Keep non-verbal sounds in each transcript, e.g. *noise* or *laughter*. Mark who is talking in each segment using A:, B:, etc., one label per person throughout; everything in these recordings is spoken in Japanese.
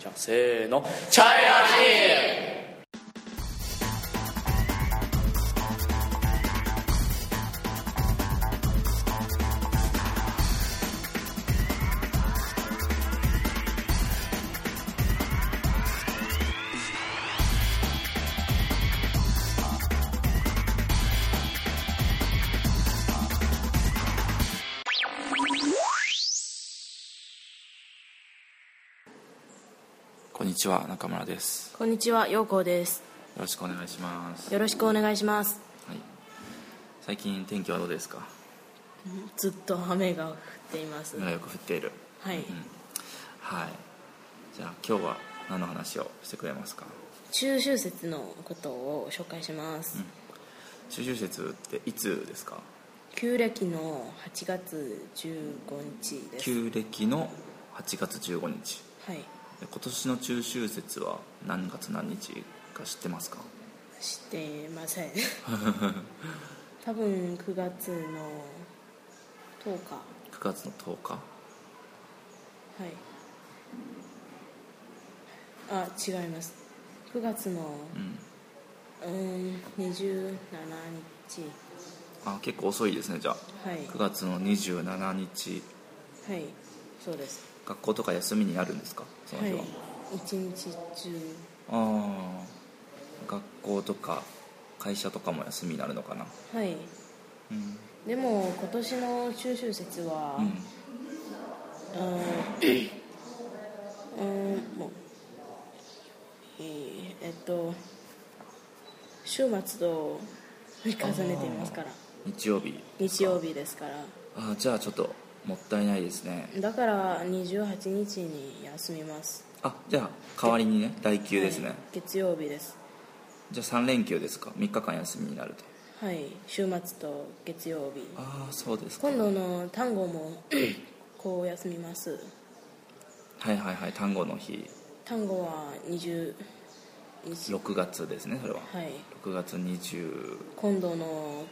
A: じゃあせーのチャイラ
B: こんにちは中村ですよ
C: こんにちは、ようこうです。
B: ろしくお願いします、は
C: よろしくお願いします。
B: い、最近天気はどうですか
C: ずっと雨が降っています。
B: 雨がよく降っている
C: はい、
B: はいじゃあ今日は何の話をしてくれますか
C: 中秋節のことを紹介します。
B: 中秋節っていつですか
C: 旧暦の8月15日です。
B: 旧暦の8月15日
C: はい、
B: で今年の中秋節は何月何日か知ってますか
C: 知ってま *laughs* せん。多分9月の10日。は
B: 9月の10日
C: い。あ、違います。9月の
B: うん
C: うーん27日。
B: あ結構遅いですねじゃあ
C: はい。
B: 9月の27日
C: はい。そうです。
B: 学校とか休みになるんですかその
C: は
B: 日
C: い
B: は、、
C: 一日中
B: ああ学校とか会社とかも休みになるのかな
C: はい
B: うん、
C: でも今年の中秋節は
B: うん、
C: うーんうーんもうえーえっと週末と重ねていますから
B: 日曜日
C: 日曜日ですから
B: ああじゃあちょっともったいないですね
C: だから28日に休みます
B: あじゃあ代わりにね来休ですね、
C: はい月曜日です
B: じゃあ3連休ですか3日間休みになると
C: はい週末と月曜日
B: ああそうですか
C: 今度の単語もこう休みます
B: はいはいはい単語の日
C: 単語は20日
B: 6月ですねそれは
C: はい
B: 6月20
C: 今度の、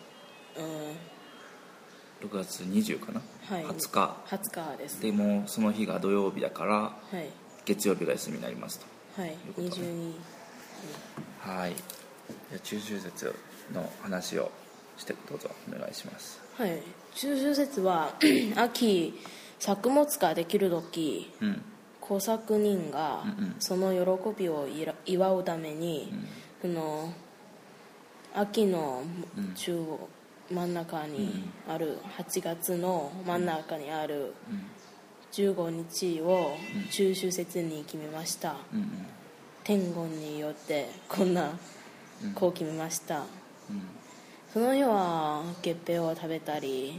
C: うん、
B: 6月20かな、
C: はい
B: 20日
C: 20日です
B: でもうその日が土曜日だから
C: はい
B: 月曜日が休みになりますと
C: はい
B: いうことね
C: 22
B: はいじゃあ中秋節の話をしてどうぞお願いします
C: はい中秋節は *clears throat* 秋作物ができる時
B: うん
C: 工作人が
B: うんうん
C: その喜びをいら祝うために、その秋の
B: うん
C: 中央真ん中にある8月の真ん中にある
B: うん
C: 15日を中秋節に決めました、
B: うんうん
C: 天言によってこんなこう決めまし
B: う
C: た、
B: ん
C: その日は月餅を食べたり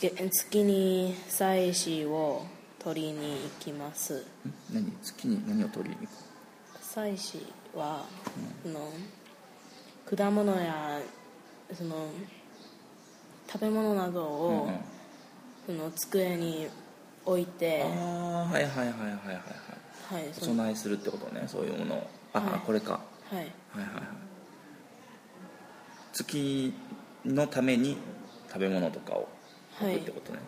C: げ月に祭祀を取りに行きます
B: ん何月に何を取りに行く
C: 祭祀は、その果物やその食べ物など
B: うん
C: を、
B: うん
C: その机に置いて、
B: ああはいはいはいはいはいはい
C: はい
B: お
C: その
B: 供えするってことねそういうものをあ、
C: はい
B: あこれかは
C: はい
B: いはいはい月のために食べ物とかを
C: は
B: 置
C: い
B: くってことね、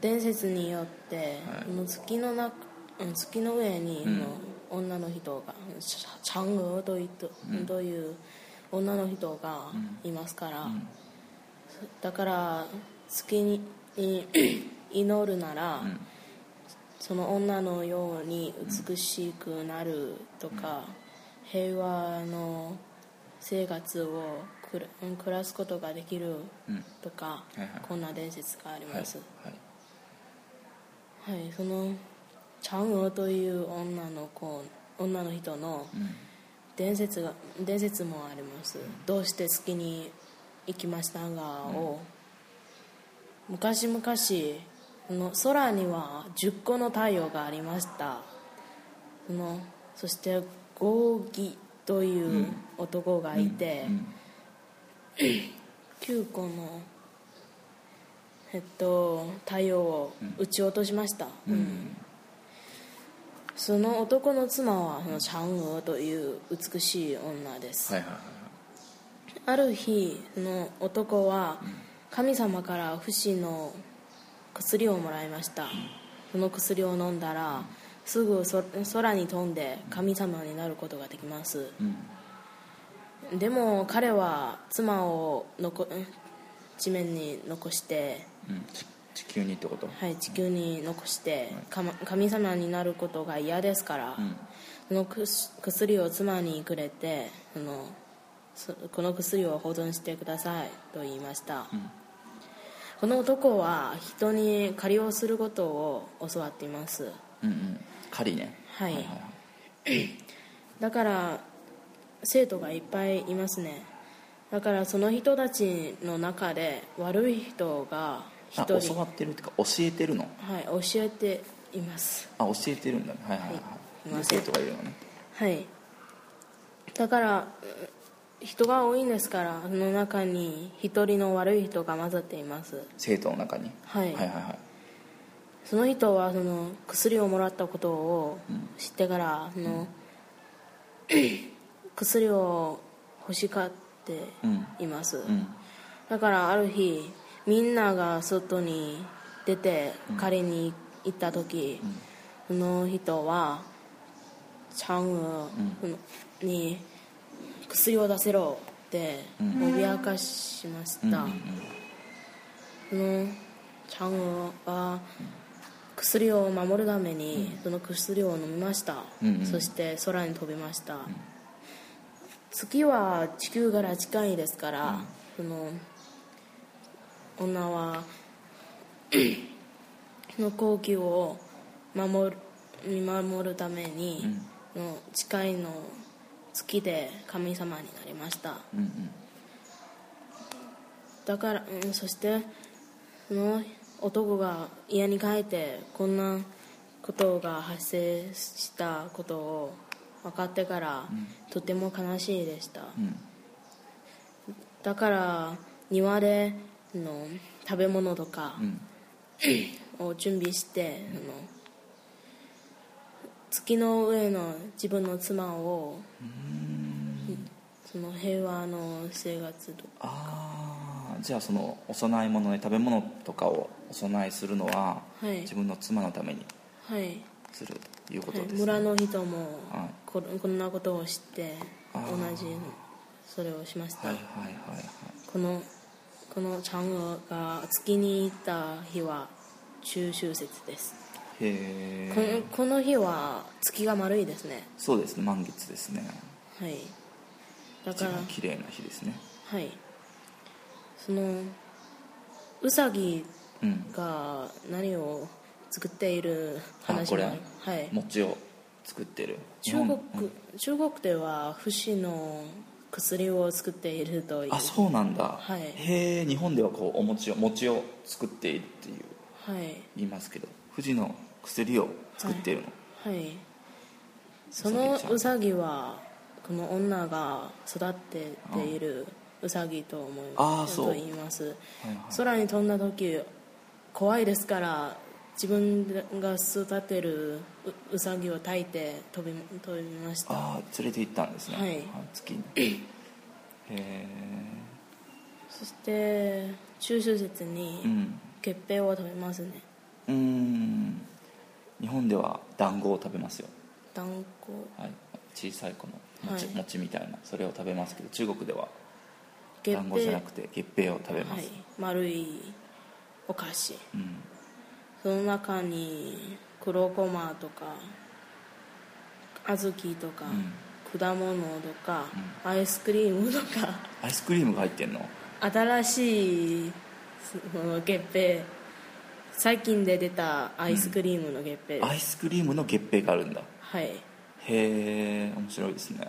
C: 伝説によって、
B: はい
C: その月のなうん月の上に、
B: うん
C: その女の人がチャチャングという,、という女の人がいますから、
B: ん
C: だから月に *clears throat* に祈るなら、
B: ん
C: その女のように美しくなるとか、平和の生活をくらうん暮らすことができる
B: うん
C: とか、
B: いはい
C: こんな伝説があり
B: はい
C: ます、
B: はい
C: はい、そのチャンウオという女の子女の人の伝説が伝説もあります、どうして月に行きましたがを、昔々あの空には10個の太陽がありましたそのそしてゴーギという男がいて、
B: うん
C: 9個のえっと太陽を撃ち落としました、
B: うん
C: うんその男の妻はそのチャンウオという美しい女です、
B: はいはいはいはい
C: ある日その男は神様から不死の薬をもらいましたその薬を飲んだらすぐそ空に飛んで神様になることができます
B: うん
C: でも彼は妻を残地面に残して、
B: うん、ち地球にってこと
C: はい、地球に残して、かま神様になることが嫌ですから、
B: うん
C: そのくす薬を妻にくれてあのそこの薬を保存してくださいと言いました、この男は人に借りをすることを教わっています
B: うんうん狩りね
C: はい、だから生徒がいっぱいいますねだからその人たちの中で悪い人が一
B: あ
C: 人
B: 教わってるっていうか教えてるの
C: はい、教えています
B: あ教えてるんだねはいはいはい
C: い
B: で生徒がいるのね
C: はいだからうん人が多いんですからその中に一人の悪い人が混ざっています
B: 生徒の中に、
C: は
B: は
C: い、
B: いはいはい
C: その人はその薬をもらったことを知ってから、その *clears throat* 薬を欲しがっています、
B: うん
C: だからある日みんなが外に出て彼に行った時、その人はチャンウそのに薬を出せろって脅かしました、そのチャンウは薬を守るためにその薬を飲みました、
B: うんうん
C: そして空に飛びました、月は地球から近いですから、その女はその好機を守る見守るために、の近いの月で神様になりました
B: うんうん
C: だから、うん、そしてその男が家に帰ってこんなことが発生したことを分かってから、とても悲しいでした、
B: ん
C: だから庭であの食べ物とか
B: ん
C: を準備して、あの月の上の自分の妻をその平和の生活と
B: ああじゃあそのお供え物ね食べ物とかをお供えするのは、
C: はい
B: 自分の妻のために
C: はい
B: するというこ
C: は
B: と
C: い
B: です、ね
C: 村の人も
B: はい
C: ここんなことを知って
B: あー
C: 同じそれをしました、
B: はいはいはいはい
C: このこのチャンウが月に行った日は中秋節です、
B: へ
C: この
B: え
C: この日は月が丸いですね
B: そうですね満月ですね
C: はいだ
B: 一
C: から
B: 番綺麗な日ですね
C: はいそのウサギ
B: うん
C: が何を作っている話
B: あこれ
C: もあるはい
B: 餅を作ってる
C: 中国
B: 日本うん
C: 中国では不死の薬を作っているという
B: あそうなんだ、
C: はい
B: へえ日本ではこうお餅を餅を作っているっていう
C: はい
B: 言いますけど富士の薬を作っているの、
C: はいその
B: ウサギちゃん
C: ウサギはこの女が育てているウサギと思い
B: あー
C: ます
B: そう
C: と言います
B: はいはい
C: 空に飛んだ時怖いですから自分が育てるウウサギを焚いて飛び飛びました
B: ああ連れて行ったんですね、
C: はい
B: 月にへえ
C: そして中秋節
B: う
C: に
B: ん
C: 月餅を食べますね
B: うーん日本では団子を食べますよ、
C: 団子
B: はい、小さいこの餅,、
C: はい
B: 餅みたいなそれを食べますけど中国では
C: 月
B: 団子じゃな
C: 餅
B: くて月餅を食べま
C: は
B: す、
C: い、丸いお菓子
B: うん、
C: その中に黒ごまとか小豆とか、果物とか、アイスクリームとか *laughs*
B: アイスクリームが入ってんの
C: 新しいその月餅最近で出たアイスクリームの月餅です、
B: アイスクリームの月餅があるんだ
C: はい
B: へえ面白いですね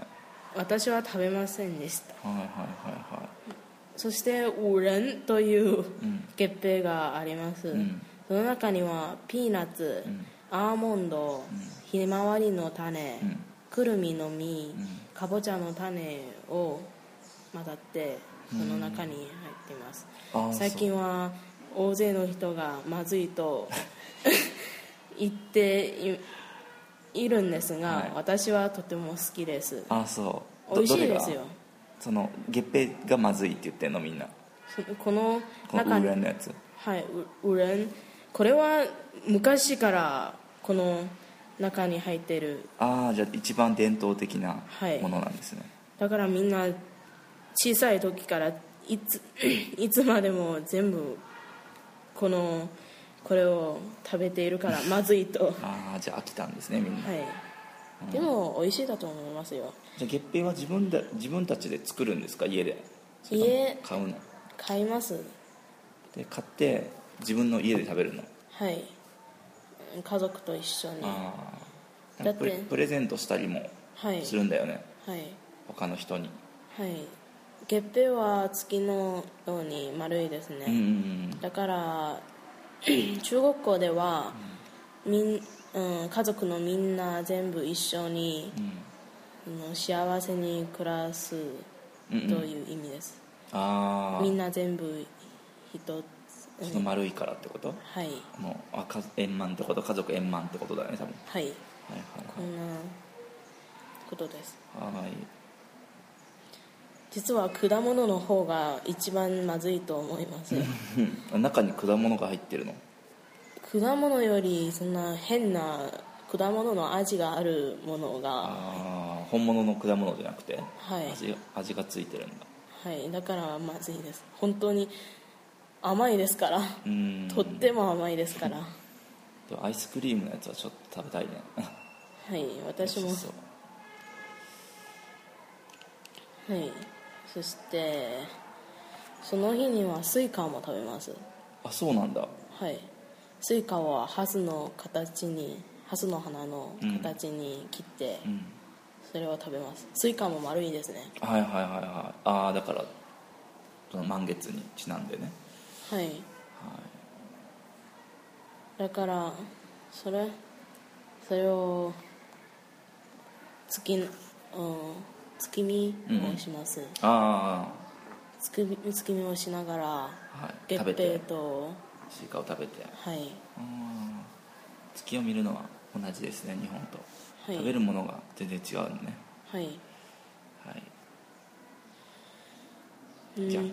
C: 私は食べませんでした
B: はいはいはいは
C: そして五仁という
B: うん
C: 月餅があります、
B: ん
C: その中にはピーナッツ、アーモンド、ひまわりの種、
B: ん
C: くるみの実、
B: ん
C: かぼちゃの種を混ざってその中に入っています、
B: あー
C: 最近は大勢の人がまずい
B: *laughs*
C: と言っていいるんですが、
B: はい
C: 私はとても好きです
B: ああそうど
C: 美味しい
B: どれ
C: で
B: が
C: すよ
B: その月餅がまずいって言ってんのみんな
C: そのこの
B: この
C: 中に
B: 裏のやつ
C: はい、ウウレンこれは昔からこの中に入ってる
B: ああじゃあ一番伝統的な
C: はい
B: ものなんですね、
C: だからみんな小さい時からいつ *clears throat* いつまでも全部このこれを食べているから
B: *laughs*
C: まずいとは
B: ああじゃあ飽きたんですねみんな、
C: いでも美味しいだと思いますよ
B: じゃあ月平は自分で自分たちで作るんですか家でそれとも
C: 家
B: 買うの
C: 買います
B: で買って自分の家で食べるの
C: はい家族と一緒には
B: ああなんかプレ
C: だって
B: プレゼントしたりも
C: い
B: するんだよね、
C: はい
B: 他の人に
C: はい月餅は月のように丸いですね、
B: うんうんうん
C: だから *clears throat* 中学校ではみん、うん、家族のみんな全部一緒に、あの幸せに暮らすという意味です、
B: ああ
C: みんな全部一つ、うん
B: その丸いからってこと
C: はい
B: もうあか円満ってこと家族円満ってことだよね多分
C: はい
B: はい
C: こんなことです
B: はいはいはい
C: 実は果物の方が一番まずいと思います
B: うん中に果物が入ってるの
C: 果物よりそんな変な果物の味があるものが
B: ああ本物の果物じゃなくて、
C: はい
B: 味味がついてるんだ
C: はいだからまずいです本当に甘いですから
B: うん
C: とっても甘いですからは
B: でもアイスクリームのやつはちょっと食べたいね
C: い私も
B: 美味しそう
C: はいそしてその日にはスイカも食べます
B: *laughs* あそうなんだ
C: はいスイカはハスの形にハスの花の形に切って、
B: ん
C: それを食べますスイカも丸いですね
B: はいはいはいはいああだからその満月にちなんでね
C: はい、だからそれそれを月,、うん、月見をします、
B: あ
C: 月見月見をしながら
B: あ、はい、
C: 月
B: 食べて
C: 餅と
B: スイカを食べて
C: はい
B: あー月を見るのは同じですね日本と、
C: はい
B: 食べるものが全然違うのね
C: はい
B: はい、
C: うん
B: じゃあ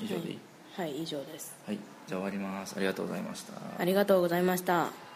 B: 以上でいい
C: はい以上です
B: はい、じゃあ終わりますありがとうございました
C: ありがとうございました